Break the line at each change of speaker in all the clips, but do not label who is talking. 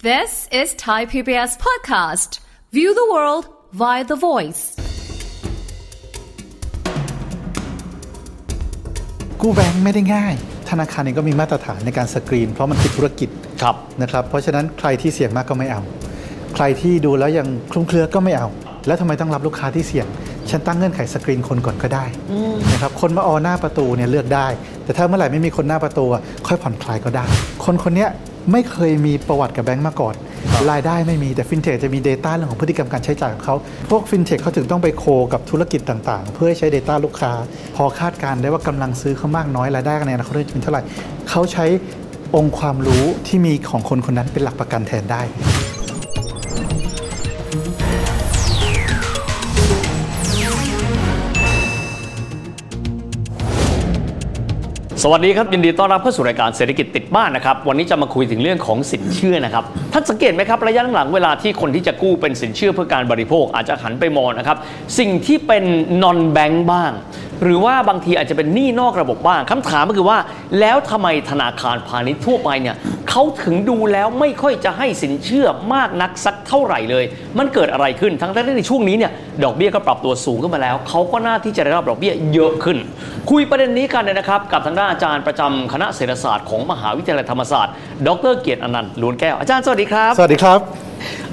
This is Thai PBS podcast. View the world via the voice.
กู้แบงค์ไม่ได้ง่าย ธนาคารเองก็มีมาตรฐานในการสกรีน เพราะมันคือธุรกิจ
ครับ
นะครับ เพราะฉะนั้นใครที่เสี่ยงมากก็ไม่เอา ใครที่ดูแล้วยังคลุ้มเครือก็ไม่เอา แล้วทำไมต้องรับลูกค้าที่เสี่ยง ฉันตั้งเงื่อนไขสกรีนคนก่อนก็ได้นะครับ คนมาออหน้าประตูเนี่ยเลือกได้ แต่ถ้าเมื่อไหร่ไม่มีคนหน้าประตูอะค่อยผ่อนคลายก็ได้ คนคนเนี้ยไม่เคยมีประวัติกับแบงค์มาก่อน รายได้ไม่มีแต่ฟินเทคจะมี Data เรื่องของพฤติกรรมการใช้จ่ายของเขาพวกฟินเทคเขาถึงต้องไปโคกับธุรกิจต่างๆ เพื่อให้ใช้ Data ลูกค้า พอคาดการณ์ได้ว่ากำลังซื้อเขามากน้อยรายได้ในอนาคตจะเป็นเท่าไหร่เขาใช้องค์ความรู้ที่มีของคนคนนั้นเป็นหลักประกันแทนได้
สวัสดีครับ ยินดีต้อนรับเข้าสู่รายการเศรษฐกิจติดบ้านนะครับ วันนี้จะมาคุยถึงเรื่องของสินเชื่อนะครับท่านสังเกตไหมครับ ระยะหลังๆเวลาที่คนที่จะกู้เป็นสินเชื่อเพื่อการบริโภคอาจจะหันไปมองนะครับ สิ่งที่เป็น non bank บ้าง หรือว่าบางทีอาจจะเป็นหนี้นอกระบบบ้างคำถามก็คือว่า แล้วทำไมธนาคารพาณิชย์ทั่วไปเนี่ยเขาถึงดูแล้วไม่ค่อยจะให้สินเชื่อมากนักสักเท่าไหร่เลย มันเกิดอะไรขึ้นทั้งที่ในช่วงนี้เนี่ยดอกเบี้ยก็ปรับตัวสูงขึ้นมาแล้วเขาก็น่าที่จะได้รับดอกเบี้ยเยอะขึ้น คุยประเด็นนี้กันเลยนะครับ กับทางด้านอาจารย์ประจำคณะเศรษฐศาสตร์ของมหาวิทยาลัยธรรมศาสตร์ ดรเกียรติอนันต์ล้วนแก้วอาจารย์สวัสดีครับ
สวัสดีครับ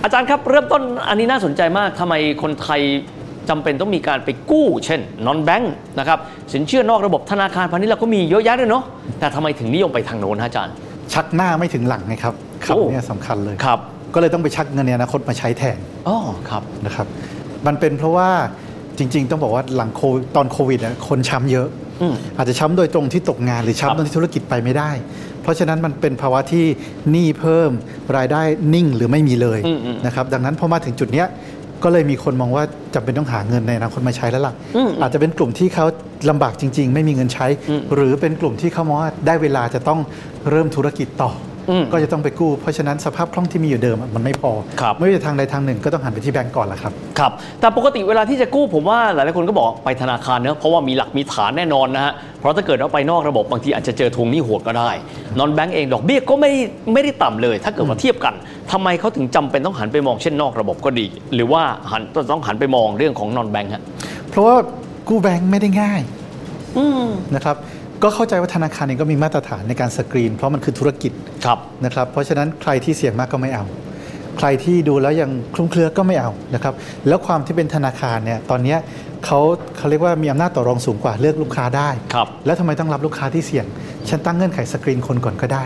อาจารย์ครับเริ่มต้นอันนี้น่าสนใจมากทำไมคนไทยจำเป็นต้องมีการไปกู้ เช่น non bank นะครับสินเชื่อนอกระบบธนาคารพาณิชย์เราก็มีเยอะแยะเลยเนาะแต่ทำไมถึงนิยมไปทางโน้นฮะอาจารย์
ชักหน้าไม่ถึงหลังไงครับ
โอ้
คำเนี้สำคัญเลย
ครับ
ก็เลยต้องไปชักเงินในอนาคตมาใช้แทน
อ๋อครับ
นะครับ มันเป็นเพราะว่าจริง ๆ ต้องบอกว่าหลังโควิดตอนโควิดอะคนช้ำเยอะ
อืม
อาจจะช้ำโดยตรงที่ตกงานหรือ
ครับ
ช้ำตอนที่ธุรกิจไปไม่ได้ เพราะฉะนั้นมันเป็นภาวะที่หนี้เพิ่มรายได้นิ่งหรือไม่มีเลย
อืมอืม
นะครับ ดังนั้นพอมาถึงจุดเนี้ยก็เลยมีคนมองว่าจำเป็นต้องหาเงินในอนาคตมาใช้แล้วล่ะ
อืมอืม
อาจจะเป็นกลุ่มที่เขาลำบากจริง ๆ ไม่มีเงินใช้
อืม
หรือเป็นกลุ่มที่เขามองว่าได้เวลาจะต้องเริ่มธุรกิจต่ออ
ม
ก็ ก็จะต้องไปกู้ เพราะฉะนั้นสภาพคล่องที่มีอยู่เดิมอะมันไม่พอ
ครับ
ไม่ว่าจะทางใดทางหนึ่งก็ต้องหันไปที่แบงก์ก่อนละครับ
ครับแต่ปกติเวลาที่จะกู้ผมว่าหลายๆคนก็บอกไปธนาคารเนอะเพราะว่ามีหลักมีฐานแน่นอนนะฮะเพราะถ้าเกิดเราไปนอกระบบบางทีอาจจะเจอทวงหนี้โหดก็ได้นอนแบงก์เองดอกเบี้ยก็ไม่ไม่ได้ต่ำเลย ถ้าเกิดว่าเทียบกันทำไมเขาถึงจำเป็นต้องหันไปมองเช่นนอกระบบก็ดี หรือว่าหันต้องหันไปมองเรื่องของนอนแบงก์ฮะ
เพราะว่ากู้แบงก์ไม่ได้ง่าย
อืม
นะครับ ก็เข้าใจว่าธนาคารเองก็มีมาตรฐานในการสกรีน เพราะมันคือธุรกิจ
ครับ
นะครับ เพราะฉะนั้นใครที่เสี่ยงมากก็ไม่เอา ใครที่ดูแล้วยังคลุ้มเครือก็ไม่เอานะครับ แล้วความที่เป็นธนาคารเนี่ยตอนเนี้ยเขาเขาเรียกว่ามีอำนาจต่อรองสูงกว่าเลือกลูกค้าได้
ครับ
แล้วทำไมต้องรับลูกค้าที่เสี่ยง ฉันตั้งเงื่อนไขสกรีนคนก่อนก็ได้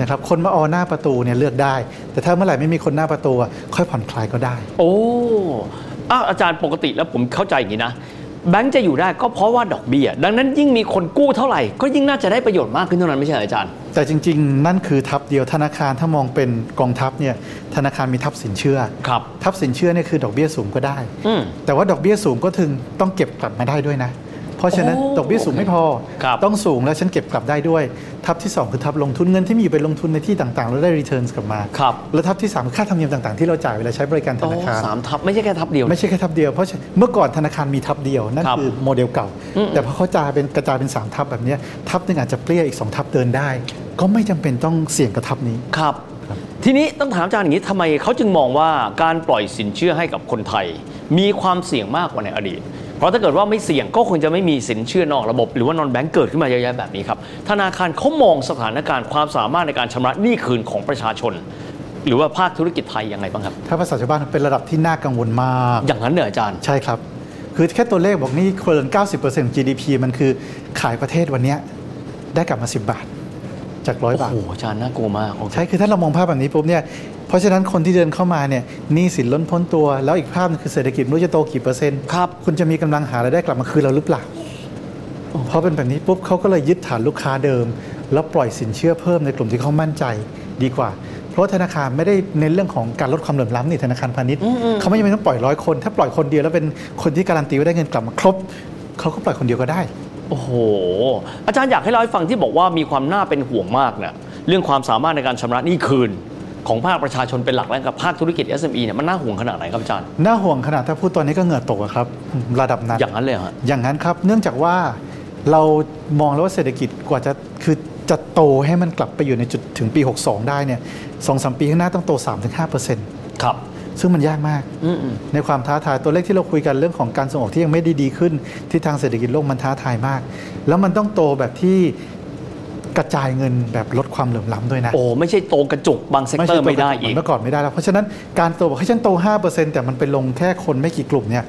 นะครับ คนมาออหน้าประตูเนี่ยเลือกได้ แต่ถ้าเมื่อไหร่ไม่มีคนหน้าประตูอะค่อยผ่อนคลายก็ได้
โอ้อ้าวอาจารย์ปกติแล้วผมเข้าใจอย่างนี้นะ แบงก์จะอยู่ได้ก็เพราะว่าดอกเบี้ยดังนั้นยิ่งมีคนกู้เท่าไหร่ก็ยิ่งน่าจะได้ประโยชน์มากขึ้นเท่านั้นไม่ใช่เหรออาจารย์
แต่จริง ๆ นั่นคือทัพเดียวธนาคารถ้ามองเป็นกองทัพเนี่ยธนาคารมีทัพสินเชื่อ
ครับ
ทัพสินเชื่อเนี่ยคือดอกเบี้ยสูงก็ได้
อืม
แต่ว่าดอกเบี้ยสูงก็ถึงต้องเก็บกลับมาได้ด้วยนะ เพราะฉะนั้น
โอ้
ดอกเบี้ยสูงไม่พอ
ครับ
ต้องสูงแล้วฉันเก็บกลับได้ด้วย ทัพที่ 2 คือทัพลงทุนเงินที่มีอยู่ไปลงทุนในที่ต่างๆ แล้วได้รีเทิร์นกลับมา
ครับ
แล้วทับที่3คือค่าธรรมเนียมต่างๆ ที่เราจ่ายเวลาใช้บริการธนาคาร
อ๋อสามทับ ไม่ใช่แค่ทับเดียวนะ
ไม่ใช่แค่ทับเดียวเพราะเมื่อก่อนธนาคารมีทับเดียว นั่น
ครับ
คือโมเดลเก่า
อืม
แต่พอเขาจายเป็นกระจายเป็น 3 ทับแบบเนี้ยทับหนึงอาจจะเปรี้ยอีก 2 ทับเดินได้ ก็ไม่จำเป็นต้องเสี่ยงกับทับนี้
ครับ
ครับ
ทีนี้ต้องถามอาจารย์อย่างนี้ทำไมเขาจึงมองว่าการปล่อยสินเชื่อให้กับคนไทย มีความเสี่ยงมากกว่าในอดีต เพราะถ้าเกิดว่าไม่เสี่ยงก็คงจะไม่มีสินเชื่อนอกระบบ หรือว่านอนแบงก์เกิดขึ้นมาเยอะแยะแบบนี้ครับ ธนาคารเขามองสถานการณ์ความสามารถในการชำระหนี้คืนของประชาชน หรือว่าภาคธุรกิจไทยยังไงบ้างครับ
ถ้าภาษาชาวบ้านเป็นระดับที่น่ากังวลมาก
อย่างนั้นเหรออาจารย์
ใช่ครับ คือแค่ตัวเลขบอกนี่คน90%ของ GDP มันคือขายประเทศวันเนี้ยได้กลับมา 10 บาท จากร้อย
โอ้
บาท
โหอาจารย์น่ากลัวมากโอเค
ใช่ คือถ้าเรามองภาพแบบนี้ปุ๊บเนี่ย เพราะฉะนั้นคนที่เดินเข้ามาเนี่ยหนี้สินล้นพ้นตัว แล้วอีกภาพหนึงคือเศรษฐกิจไม่รู้จะโตกี่เปอร์เซ็นต์
ครับ
คุณจะมีกำลังหารายได้กลับมาคืนเราหรือเปล่า เพราะเป็นแบบนี้ปุ๊บเขาก็เลยยึดฐานลูกค้าเดิม แล้วปล่อยสินเชื่อเพิ่มในกลุ่มที่เขามั่นใจดีกว่า เพราะธนาคารไม่ได้เน้นเรื่องของการลดความเหลื่อมล้ำนี่ธนาคารพาณิชย์เขาไม่จำเป็นต้องปล่อยร้อยคน ถ้าปล่อยคนเดียวแล้วเป็นคนที่การันตีว่าได้เงินกลับมาครบเขาก็ปล่อยคนเดียวก็ได้
โอ้โห อาจารย์อยากให้เล่าให้ฟังที่บอกว่ามีความน่าเป็นห่วงมากเนี่ยเรื่องความสามารถในการชำระหนี้คืน ของภาคประชาชนเป็นหลักแล้วกับภาคธุรกิจ SME เนี่ยมันน่าห่วงขนาดไหนครับอาจารย์
น่าห่วงขนาดถ้าพูดตอนนี้ก็เหงื่อตกอะครับระดับนั้น
อย่างนั้นเลยเหรอฮะ
อย่างนั้นครับ เนื่องจากว่าเรามองแล้วว่าเศรษฐกิจกว่าจะคือ จะโตให้มันกลับไปอยู่ในจุดถึงปี 62 ได้เนี่ยสองสามปีข้างหน้าต้องโต 3-5%
ครับ
ซึ่งมันยากมาก
อืมอืม
ในความท้าทายตัวเลขที่เราคุยกันเรื่องของการส่งออกที่ยังไม่ได้ดีขึ้นที่ทางเศรษฐกิจโลกมันท้าทายมาก แล้วมันต้องโตแบบที่กระจายเงินแบบลดความเหลื่อมล้ำด้วยนะ
โอ้ไม่ใช่โตกระจุกบางเซกเตอ
ใช่
ร์ไม่ได้
โตแบบเหมือ
อี
ก นเมื่อก่อนไม่ได้แล้ว เพราะฉะนั้นการโตบอกให้ยฉันโต 5%แต่มันเป็นลงแค่คนไม่กี่กลุ่มเนี่ย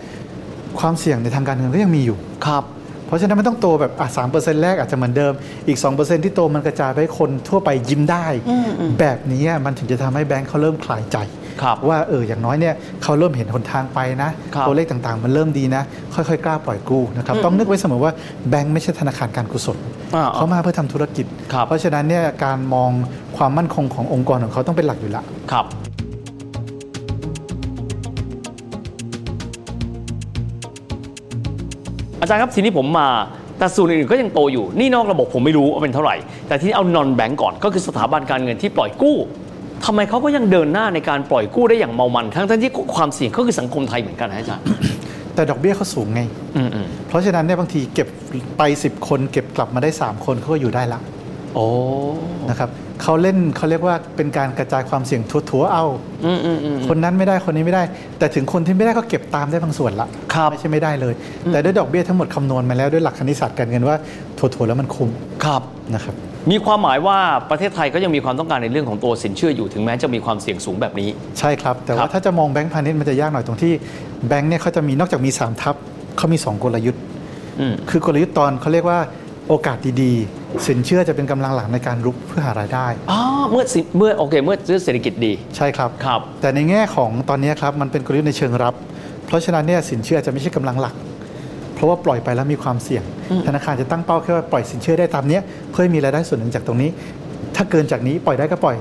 ความเสี่ยงในทางการเงินก็ยังมีอยู่
ครับ
เพราะฉะนั้นมันต้องโตแบบอ่ะสามเปอร์เซ็นต์แรกอาจจะเหมือนเดิม อีก 2%ที่โตมันกระจายไปให้คนทั่วไปยิ้มได้ แบบนี้อ่ะมันถึงจะทำให้แบงค์เขาเริ่มคลายใจ
ครับ
ว่าเอออย่างน้อยเนี่ยเขาเริ่มเห็นหนทางไปนะ
ครับ
ตัวเลขต่างๆ มันเริ่มดีนะ ค่อยๆ กล้าปล่อยกู้นะครับ ต้องนึกไว้เสมอว่าแบงค์ไม่ใช่ธนาคารการกุศล
อ่า
เขามาเพื่อทำธุรกิจ
ครับ
เพราะฉะนั้นเนี่ยการมองความมั่นคงขององค์กรของเขาต้องเป็นหลักอยู่ละ
ครับ อาจารย์ครับทีนี้ผมมาแต่ส่วนอื่นๆก็ยังโตอยู่หนี่นอกระบบผมไม่รู้ว่าเป็นเท่าไหร่ แต่ที่เอานอนแบงก์ก่อนก็คือสถาบันการเงินที่ปล่อยกู้ทำไมเขาก็ยังเดินหน้าในการปล่อยกู้ได้อย่างเมามันทั้งๆที่ความเสี่ยงก็คือสังคมไทยเหมือนกันนะอาจารย์
แต่ดอกเบี้ยเขาสูงไง
อืมอืม
เพราะฉะนั้นเนี่ยบางทีเก็บไป 10 คน เก็บกลับมาได้สามคนเขาก็อยู่ได้ละ
โอ้
นะครับเขาเล่นเขาเรียกว่าเป็นการกระจายความเสี่ยงทั่วๆเอา
อืมอืมอืม
คนนั้นไม่ได้คนนี้ไม่ได้ แต่ถึงคนที่ไม่ได้ก็เก็บตามได้บางส่วนละ
ครับ
ไม่ใช่ไม่ได้เลย แต่ด้วยดอกเบี้ยทั้งหมดคำนวณมาแล้วด้วยหลักคณิตศาสตร์การเงินว่าถั่วๆแล้วมันคุ้ม
ครับ
นะครับ
มีความหมายว่าประเทศไทยก็ยังมีความต้องการในเรื่องของตัวสินเชื่ออยู่ถึงแม้จะมีความเสี่ยงสูงแบบนี้
ใช่ครับ แต่
ครั
ว่า
บ
ถ้าจะมองแบงก์พาณิชย์มันจะยากหน่อยตรงที่แบงก์เนี่ยเขาจะมีนอกจากมี 3 ทับเขามี 2 กลยุทธ์
อืม
คือกลยุทธ์ตอนเขาเรียกว่าโอกาสดีๆ สินเชื่อจะเป็นกำลังหลักในการรุกเพื่อหารายได้
อ๋อเมื่อสิเมื่อโอเค เมื่อเศรษฐกิจดี
ใช่ครับ
ครับ
แต่ในแง่ของตอนนี้ครับมันเป็นกลยุทธ์ในเชิงรับ เพราะฉะนั้นเนี่ยสินเชื่ออาจจะไม่ใช่กำลังหลัก เพราะว่าปล่อยไปแล้วมีความเสี่ยง ธนาคารจะตั้งเป้าแค่ว่าปล่อยสินเชื่อได้ตามเนี้ยเพื่อให้มีรายได้ส่วนหนึ่งจากตรงนี้ ถ้าเกินจากนี้ปล่อยได้ก็ปล่อย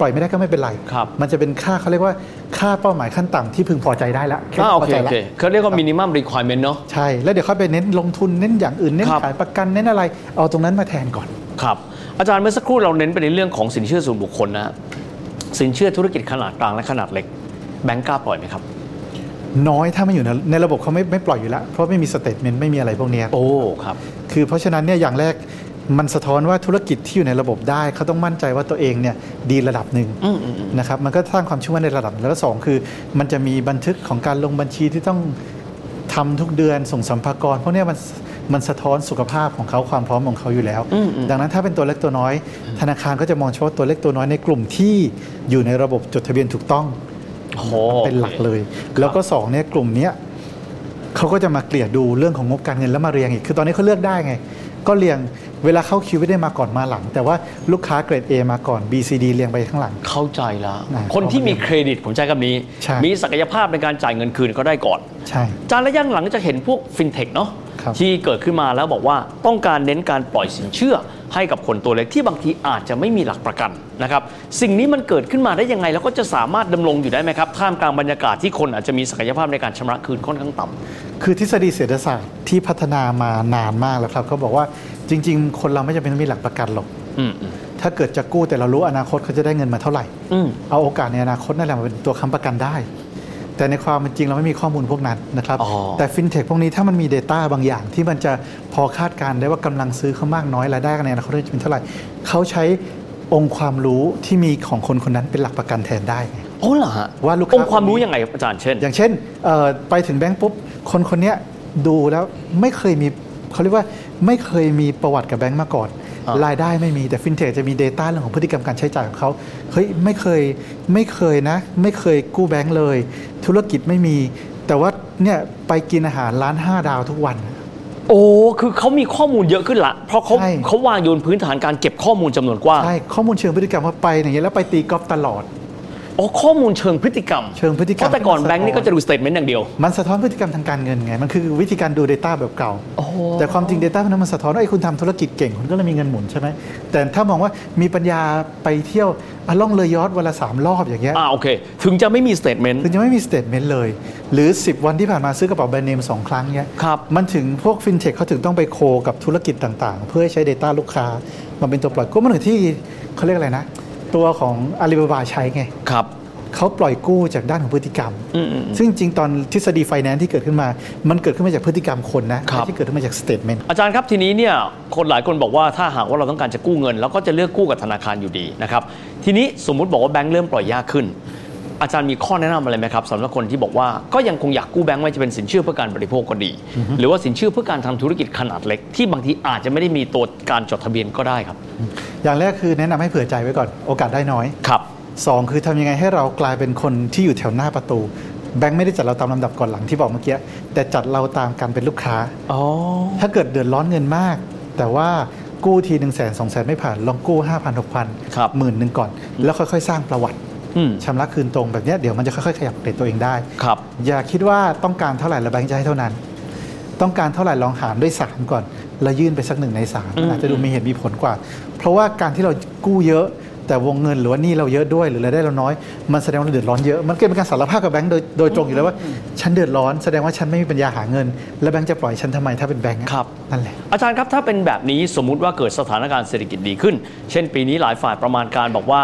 ปล่อยไม่ได้ก็ไม่เป็นไร
ครับ
มันจะเป็นค่าเขาเรียกว่าค่าเป้าหมายขั้นต่ำที่พึงพอใจได้ละแค่
อ่าโอ
พอ
เค
ใจ
โอ
ละ
เคเขาเรียกว่า minimum requirement เนาะ
ใช่ แล้วเดี๋ยวเขาไปเน้นลงทุนเน้นอย่างอื่นเน้น
ครับ
ขายประกันเน้นอะไร เอาตรงนั้นมาแทนก่อน
ครับ อาจารย์เมื่อสักครู่เราเน้นไปในเรื่องของสินเชื่อส่วนบุคคลนะฮะสินเชื่อธุรกิจขนาดกลางและขนาดเล็ก แบงก์กล้าปล่อยไหมครับ
น้อยถ้าไม่อยู่ในในระบบเขาไม่ไม่ปล่อยอยู่แล้วเพราะไม่มีสเตทเมนต์ไม่มีอะไรพวกเนี้ย
โอ้ครับ
คือเพราะฉะนั้นเนี่ยอย่างแรกมันสะท้อนว่าธุรกิจที่อยู่ในระบบได้ เขาต้องมั่นใจว่าตัวเองเนี่ยดีระดับหนึ่ง
อืมอืมอืม
นะครับมันก็สร้างความเชื่อมั่นในระดับหนึ่งแล้วก็สองคือ มันจะมีบันทึกของการลงบัญชีที่ต้องทำทุกเดือนส่งสัมภากระพวกเนี้ยมันมันสะท้อนสุขภาพของเขาความพร้อมของเขาอยู่แล้ว
อืมอืม
ดังนั้นถ้าเป็นตัวเล็กตัวน้อย ธนาคารก็จะมองเฉพาะตัวเล็กตัวน้อยในกลุ่มที่อยู่ในระบบจดทะเบียนถูกต้อง
โอ้
เป็นหลักเลย แล้วก็สองเนี่ยกลุ่มเนี้ยเขาก็จะมาเกลี่ยดูเรื่องของงบการเงินแล้วมาเรียงอีก คือตอนนี้เขาเลือกได้ไง ก็เรียงเวลาเข้าคิวไม่ได้มาก่อนมาหลัง แต่ว่าลูกค้าเกรด A มาก่อน B C D เรียงไปข้างหลัง
เข้าใจละ
อ่า
คนที่มีเครดิตผมใช้คำนี้
ใช่
มีศักยภาพในการจ่ายเงินคืนก็ได้ก่อน
ใช่
จานระยะหลังจะเห็นพวกฟินเทคเนาะ
ครับ
ที่เกิดขึ้นมาแล้วบอกว่าต้องการเน้นการปล่อยสินเชื่อ ให้กับคนตัวเล็กที่บางทีอาจจะไม่มีหลักประกันนะครับสิ่งนี้มันเกิดขึ้นมาได้ยังไง แล้วก็จะสามารถดำรงอยู่ได้ไหมครับ ท่ามกลางบรรยากาศที่คนอาจจะมีศักยภาพในการชำระคืนค่อนข้างต่ำ
คือทฤษฎีเศรษฐศาสตร์ที่พัฒนามานานมากแล้วครับเขาบอกว่าจริง ๆ คนเราไม่จำเป็นต้องมีหลักประกันหรอก
อืม
ถ้าเกิดจะกู้แต่เรารู้อนาคตเขาจะได้เงินมาเท่าไหร่
อืม
เอาโอกาสในอนาคตนั่นแหละมาเป็นตัวค้ำประกันได้ แต่ในความเป็นจริงเราไม่มีข้อมูลพวกนั้นนะครับ
อ๋อ
แต่ฟินเทคพวกนี้ถ้ามันมี Data บางอย่างที่มันจะพอคาดการณ์ได้ว่ากำลังซื้อเขามากน้อยรายได้ในอนาคตจะเป็นเท่าไหร่ เขาใช้องค์ความรู้ที่มีของคนคนนั้นเป็นหลักประกันแทนได้ไง
โอ้เหรอฮะ
ว่าลูกค้า
องค์ความรู้ยังไงครับอาจารย์เช่น
อย่างเช่นเอ่อไปถึงแบงก์ปุ๊บ คนคนเนี้ยดูแล้วไม่เคยมีเขาเรียกว่าไม่เคยมีประวัติกับแบงก์มาก่อน
อ่าร
รายได้ไม่มีแต่ฟินเทคจะมี Data เรื่องของพฤติกรรมการใช้จ่ายของเขาเฮ้ยไม่เคยไม่เคยนะ ไม่เคยกู้แบงก์เลย ธุรกิจไม่มี แต่ว่าเนี่ยไปกินอาหารร้าน 5 ดาวทุกวัน
โอ้คือเขามีข้อมูลเยอะขึ้นละเพราะเขา
ใช่
เขาวางโยนพื้นฐานการเก็บข้อมูลจำนวนกว้าง
ใช่ข้อมูลเชิงพฤติกรรมว่าไปอย่างเงี้ยแล้วไปตีกอล์ฟตลอด
อ๋อข้อมูลเชิงพฤติกรรม
เชิงพฤติกรรม
เพราะแต่ก่อน
ที่มั
แบงก์นี่ก็จะดูสเตทเมนต์อย่างเดียว
มันสะท้อนพฤติกรรมทางการเงินไง มันคือวิธีการดู Data แบบเก่า
โอ้
แต่ความจริง Data พวกนั้นมันสะท้อนว่าไอ้คุณทำธุรกิจเก่ง คุณก็เลยมีเงินหมุนใช่ไหม แต่ถ้ามองว่ามีปัญญาไปเที่ยวอ่ะล่องเรือยอทวันละสามรอบอย่างเงี้ย
อ่าโอเค ถึงจะไม่มีสเตทเมนต์
คือยังไม่มีสเต t เมนต์เลย หรือ 10 วันที่ผ่านมาซื้อกระเป๋าแบรนด์เนมสองครั้งเนี้ย
ครับ
มันถึงพวกฟินเทคเขาถึงต้องไปโคกับธุรกิจต่างๆ เพื่อให้ใช้ Data ลูกค้ามาเป็นตัวปล่อยก็มันถึงที่เขาเรียกอะไรนะ ตัวของอาลีบาบาใช้ไง
ครับ
เขาปล่อยกู้จากด้านของพฤติกรรม ซึ่งจริงๆตอนทฤษฎีไฟแนนซ์ที่เกิดขึ้นมา มันเกิดขึ้นมาจากพฤติกรรมคนนะครับ ไม่ที่เกิดขึ้นมาจากสเตทเมนต์
อาจารย์ครับทีนี้เนี่ยคนหลายคนบอกว่าถ้าหากว่าเราต้องการจะกู้เงินเราก็จะเลือกกู้กับธนาคารอยู่ดีนะครับทีนี้สมมุติบอกว่าแบงค์เริ่มปล่อยยากขึ้น อาจารย์มีข้อแนะนำอะไรไหมครับสำหรับคนที่บอกว่าก็ยังคงอยากกู้แบงค์ไม่ว่าจะเป็นสินเชื่อเพื่อการบริโภคก็ดี หรือว่าสินเชื่อเพื่อการทำธุรกิจขนาดเล็ก ที่บางทีอาจจะไม่ได้มีตัวการจดทะเบียนก็ได้ครับ
อย่างแรกคือแนะนำให้เผื่อใจไว้ก่อนโอกาสได้น้อย
ครับ
2 คือทำยังไงให้เรากลายเป็นคนที่อยู่แถวหน้าประตู แบงค์ไม่ได้จัดเราตามลำดับก่อนหลังที่บอกเมื่อกี้แต่จัดเราตามการเป็นลูกค้า
อ๋อ
ถ้าเกิดเดือดร้อนเงินมาก แต่ว่ากู้ทีหนึ่งแสนสองแสนไม่ผ่านลองกู้ห้าพันหกพัน
ครับ
หมื่นหนึ่งก่อน แล้วค่อยๆ สร้างประวัติ
อืม
ชำระคืนตรงแบบเนี้ยเดี๋ยวมันจะค่อยๆ ขยับเกรดตัวเองได้
ครับ
อย่าคิดว่าต้องการเท่าไหร่แล้วแบงค์จะให้เท่านั้น ต้องการเท่าไหร่ลองหารด้วย 3 ก่อน แล้วยื่นไปสักหนึ่งในสาม
อืม
อาจจะดูมีเหตุมีผลกว่า เพราะว่าการที่เรากู้เยอะ แต่วงเงินหรือว่าหนี่เราเยอะด้วยหรือรายได้เราน้อย มันแสดงว่าเราเดือดร้อนเยอะ มันเกิดเป็นการสารภาพกับแบงค์โดยโดยตรงอยู่แล้วว่า ฉันเดือดร้อนแสดงว่าฉันไม่มีปัญญาหาเงิน แล้วแบงค์จะปล่อยฉันทำไมถ้าเป็นแบงค์อะ
ครับ
นั่นแหละ
อาจารย์ครับถ้าเป็นแบบนี้สมมุติว่าเกิดสถานการณ์เศรษฐกิจดีขึ้น เช่นปีนี้หลายฝ่ายประมาณการบอกว่า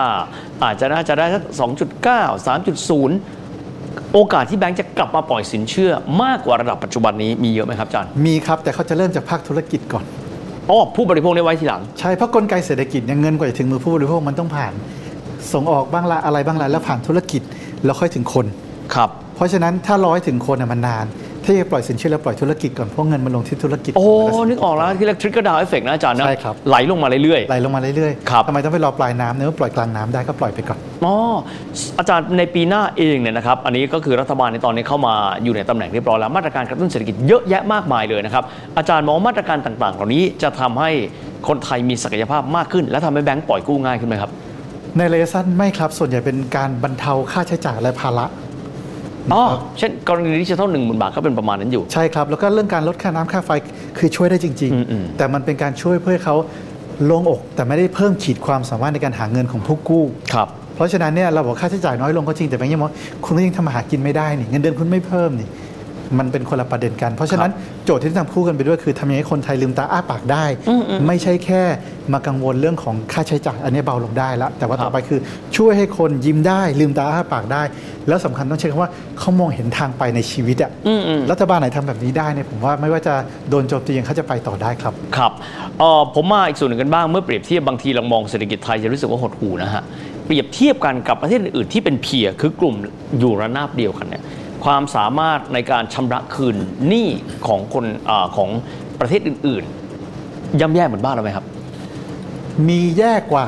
อาจจะน่าจะได้สัก2.9 3.0 โอกาสที่แบงก์จะกลับมาปล่อยสินเชื่อมากกว่าระดับปัจจุบันนี้มีเยอะไหมครับอาจารย์
มีครับแต่เขาจะเริ่มจากภาคธุรกิจก่อน
อ๋อผู้บริโภคได้ไว้ทีหลัง
ใช่เพราะกลไกเศรษฐกิจเนี่ยเงินกว่าจะถึงมือผู้บริโภคมันต้องผ่าน ส่งออกบ้างละอะไรบ้างละแล้วผ่านธุรกิจแล้วค่อยถึงคน
ครับ
เพราะฉะนั้นถ้าร้อยถึงคนน่ะมันนาน ถ้าจะปล่อยสินเชื่อแล้วปล่อยธุรกิจก่อนเพราะเงินมันลงที่ธุรกิจ
โอ้ นึกออกแล้วที่เรียกทริกเกอร์ดาวเอฟเฟกนะอาจารย์นะ
ใช่ครับ
ไหลลงมาเรื่อย
ไหลลงมาเรื่อย
ครับ
ทำไมต้องไปรอปลายน้ำเนี่ยเมื่อปล่อยกลางน้ำได้ก็ปล่อยไปก่อน
อ๋ออาจารย์ในปีหน้าเองเนี่ยนะครับ อันนี้ก็คือรัฐบาลในตอนนี้เข้ามาอยู่ในตำแหน่งเรียบร้อยแล้วมาตรการกระตุ้นเศรษฐกิจเยอะแยะมากมายเลยนะครับอาจารย์มองว่ามาตรการต่างๆ เหล่านี้จะทำให้คนไทยมีศักยภาพมากขึ้น และทำให้แบงก์ปล่อยกู้ง่ายขึ้นไหมครับ
ในระยะสั้นไม่ครับ ส่วนใหญ่เป็นการบรรเทาค่าใช้จ่ายและภาระ
อ๋อเช่นกรณีดิจิทัลหนึ่งหมื่นบาทก็เป็นประมาณนั้นอยู่
ใช่ครับ แล้วก็เรื่องการลดค่าน้ำค่าไฟคือช่วยได้จริง
อืมอืม
ๆ แต่มันเป็นการช่วยเพื่อให้เขาโลงอก แต่ไม่ได้เพิ่มขีดความสามารถในการหาเงินของผู้กู้
ครับ
เพราะฉะนั้นเนี่ยเราบอกค่าใช้จ่ายน้อยลงก็จริงแต่แบงค์ยังมองคุณก็ยังทำมาหากินไม่ได้นี่เงินเดือนคุณไม่เพิ่มนี่มันเป็นคนละประเด็นกัน เพราะฉะนั้นโจทย์ที่ต้องทำคู่กันไปด้วยคือทำยังไงให้คนไทยลืมตาอ้าปากได้ ไม่ใช่แค่มากังวลเรื่องของค่าใช้จ่ายอันนี้เบาลงได้แล้วแต่ว่า
ครับ
ต่อไปคือช่วยให้คนยิ้มได้ ลืมตาอ้าปากได้ แล้วสำคัญต้องใช้คำว่าเขามองเห็นทางไปในชีวิตอะรัฐบาลไหนทำแบบนี้ได้เนี่ยผมว่าไม่ว่าจะโดนโจมตียังเขาจะไปต่อได้ครับ
ครับเอ่อผมมาอีกส่วนหนึ่งกันบ้างเมื่อเปรียบเทียบบางทีเรามองเศรษฐกิจไทยจะรู้สึกว่าหดหู่นะฮะเปรียบเทียบกันกับประเทศอื่นๆที่เป็นเพียร์คือกลุ่มอยู่ระนาบเดียวกันเนี่ยความสามารถในการชำระคืนหนี้ของคนอาของประเทศอื่นๆย่ำแย่เหมือนบ้านเราไหมครับ
มีแย่กว่า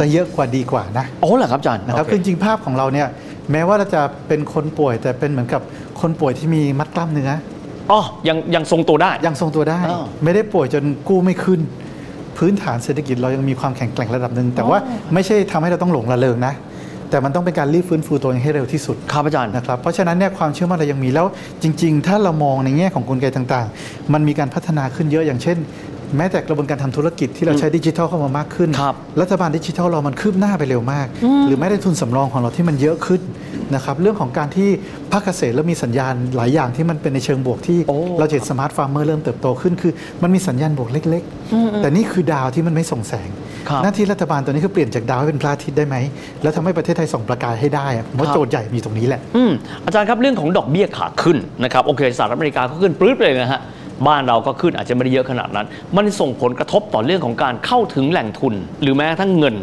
ซะเยอะกว่าดีกว่านะ
อ๋อเหรอครับอาจารย์
นะครับ
โอ
คือ
เ
จริงๆภาพของเราเนี่ยแม้ว่าเราจะเป็นคนป่วย แต่เป็นเหมือนกับคนป่วยที่มีมัดกล้ามเนื้อ
อ๋อยังยังทรงตัวได้
ยังทรงตัวได้
อ้าว
ไม่ได้ป่วยจนกู้ไม่ขึ้น พื้นฐานเศรษฐกิจเรายังมีความแข็งแกร่งระดับหนึ่งแต่ว่าไม่ใช่ทำให้เราต้องหลงระเริงนะ แต่มันต้องเป็นการรีบฟื้นฟูตัวเองให้เร็วที่สุด
ครับอาจารย์
นะครับเพราะฉะนั้นเนี่ยความเชื่อมั่นเรายังมีแล้วจริง ๆ ถ้าเรามองในแง่ของกลไกต่างๆ มันมีการพัฒนาขึ้นเยอะอย่างเช่น แม้แต่กระบวนการทำธุรกิจที่เราใช้ดิจิทัลเข้ามามากขึ้น
ครับ
รัฐบาลดิจิทัลเรามันคืบหน้าไปเร็วมาก หรือแม้แต่ทุนสำรองของเราที่มันเยอะขึ้นนะครับเรื่องของการที่ภาคเกษตรแล้วมีสัญญาณหลายอย่างที่มันเป็นในเชิงบวกที่เราจะเห็นสมาร์ทฟาร์มเมอร์เริ่มเติบโตขึ้นคือ มันมีสัญญาณบวกเล็ก ๆ แต่นี่คือดาวที่มันไม่ส่งแสง
ครับ
หน้าที่รัฐบาลตอนนี้คือเปลี่ยนจากดาวให้เป็นพระอาทิตย์ได้ไหมแล้วทำให้ประเทศไทยส่องประกายให้ได้อะผมว่าโจทย์ใหญ่มีตรงนี้แหละ
อืมอาจารย์ครับเรื่องของดอกเบี้ยขาขึ้นนะครับโอเคสหรัฐอเมริกาก็ขึ้นปรื๊ดไปเลยนะฮะบ้านเราก็ขึ้นอาจจะไม่ได้เยอะขนาดนั้น มันส่งผลกระทบต่อเรื่องของการเข้าถึงแหล่งทุน หรือแม้กระทั้งเงิน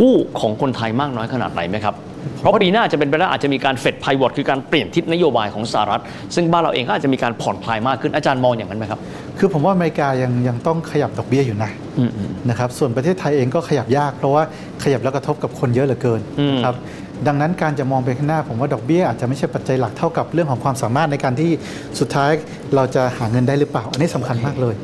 กู้ของคนไทยมากน้อยขนาดไหนไหมครับเพราะปีหน้าอาจจะเป็นไปได้อาจจะมีการเฟดไพวอตคือการเปลี่ยนทิศนโยบายของสหรัฐ ซึ่งบ้านเราเองก็อาจจะมีการผ่อนคลายมากขึ้นอาจารย์มองอย่างนั้นไหมครับ
คือผมว่าอเมริกายังยังต้องขยับดอกเบี้ยอยู่นะ
อืม
นะครับส่วนประเทศไทยเองก็ขยับยาก เพราะว่าขยับแล้วกระทบกับคนเยอะเหลือเกิน
อืม
ครับดังนั้นการจะมองไปข้างหน้า ผมว่าดอกเบี้ยอาจจะไม่ใช่ปัจจัยหลักเท่ากับเรื่องของความสามารถในการที่สุดท้ายเราจะหาเงินได้หรือเปล่า อันนี้สำคัญมากเลย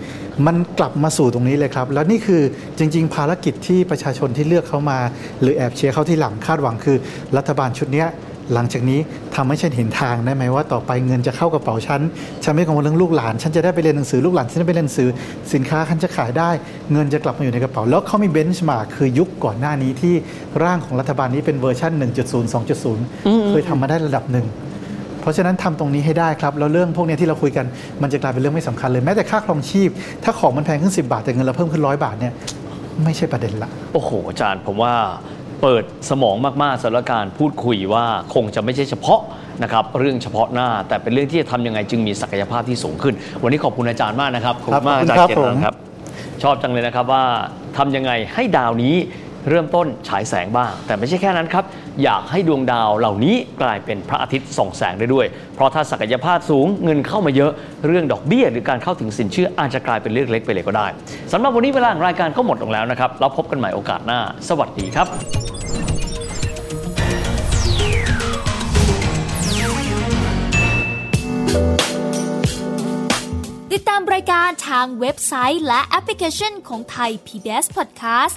มันกลับมาสู่ตรงนี้เลยครับ แล้วนี่คือจริง ๆ ภารกิจที่ประชาชนที่เลือกเขามา หรือแอบเชียร์เขาที่หลังคาดหวังคือ รัฐบาลชุดเนี้ย หลังจากนี้ทำให้ฉันเห็นทางได้ไหมว่าต่อไปเงินจะเข้ากระเป๋าฉัน ฉันไม่กังวลเรื่องลูกหลาน ฉันจะได้ไปเรียนหนังสือลูกหลานฉันจะไปเรียนหนังสือ สินค้าฉันจะขายได้ เงินจะกลับมาอยู่ในกระเป๋า แล้วเขามีเบนช์มาคือยุคก่อนหน้านี้ที่ร่างของรัฐบาลนี้เป็นเวอร์ชัน1.0 2.0 เคยทำมาได้ระดับหนึ่ง เพราะฉะนั้นทำตรงนี้ให้ได้ครับ แล้วเรื่องพวกเนี้ยที่เราคุยกันมันจะกลายเป็นเรื่องไม่สำคัญเลยแม้แต่ค่าครองชีพ ถ้าของมันแพงขึ้น 10 บาทแต่เงินเราเพิ่มขึ้นร้อยบาทเนี่ยไม่ใช่ประเด็นละ
โอ้โหอาจารย์ผมว่า เปิดสมองมากๆสำหรับการพูดคุยว่าคงจะไม่ใช่เฉพาะนะครับเรื่องเฉพาะหน้าแต่เป็นเรื่องที่จะทำยังไงจึงมีศักยภาพที่สูงขึ้น วันนี้ขอบคุณอาจารย์มากนะครับขอบคุณมากอาจารย์
ครับ
เจ
ผม
ตนะครับ ชอบจังเลยนะครับว่าทำยังไงให้ดาวนี้เริ่มต้นฉายแสงบ้าง แต่ไม่ใช่แค่นั้นครับ อยากให้ดวงดาวเหล่านี้กลายเป็นพระอาทิตย์ส่องแสงได้ด้วย เพราะถ้าศักยภาพสูงเงินเข้ามาเยอะเรื่องดอกเบี้ย หรือการเข้าถึงสินเชื่ออาจจะกลายเป็นเรื่องเล็กไปเลยก็ได้สำหรับวันนี้เวลาของรายการก็หมดลงแล้วนะครับแล้วพบกันใหม่โอกาสหน้า สวัสดีครับ
ติดตามรายการทางเว็บไซต์และแอปพลิเคชันของไทย PBS Podcast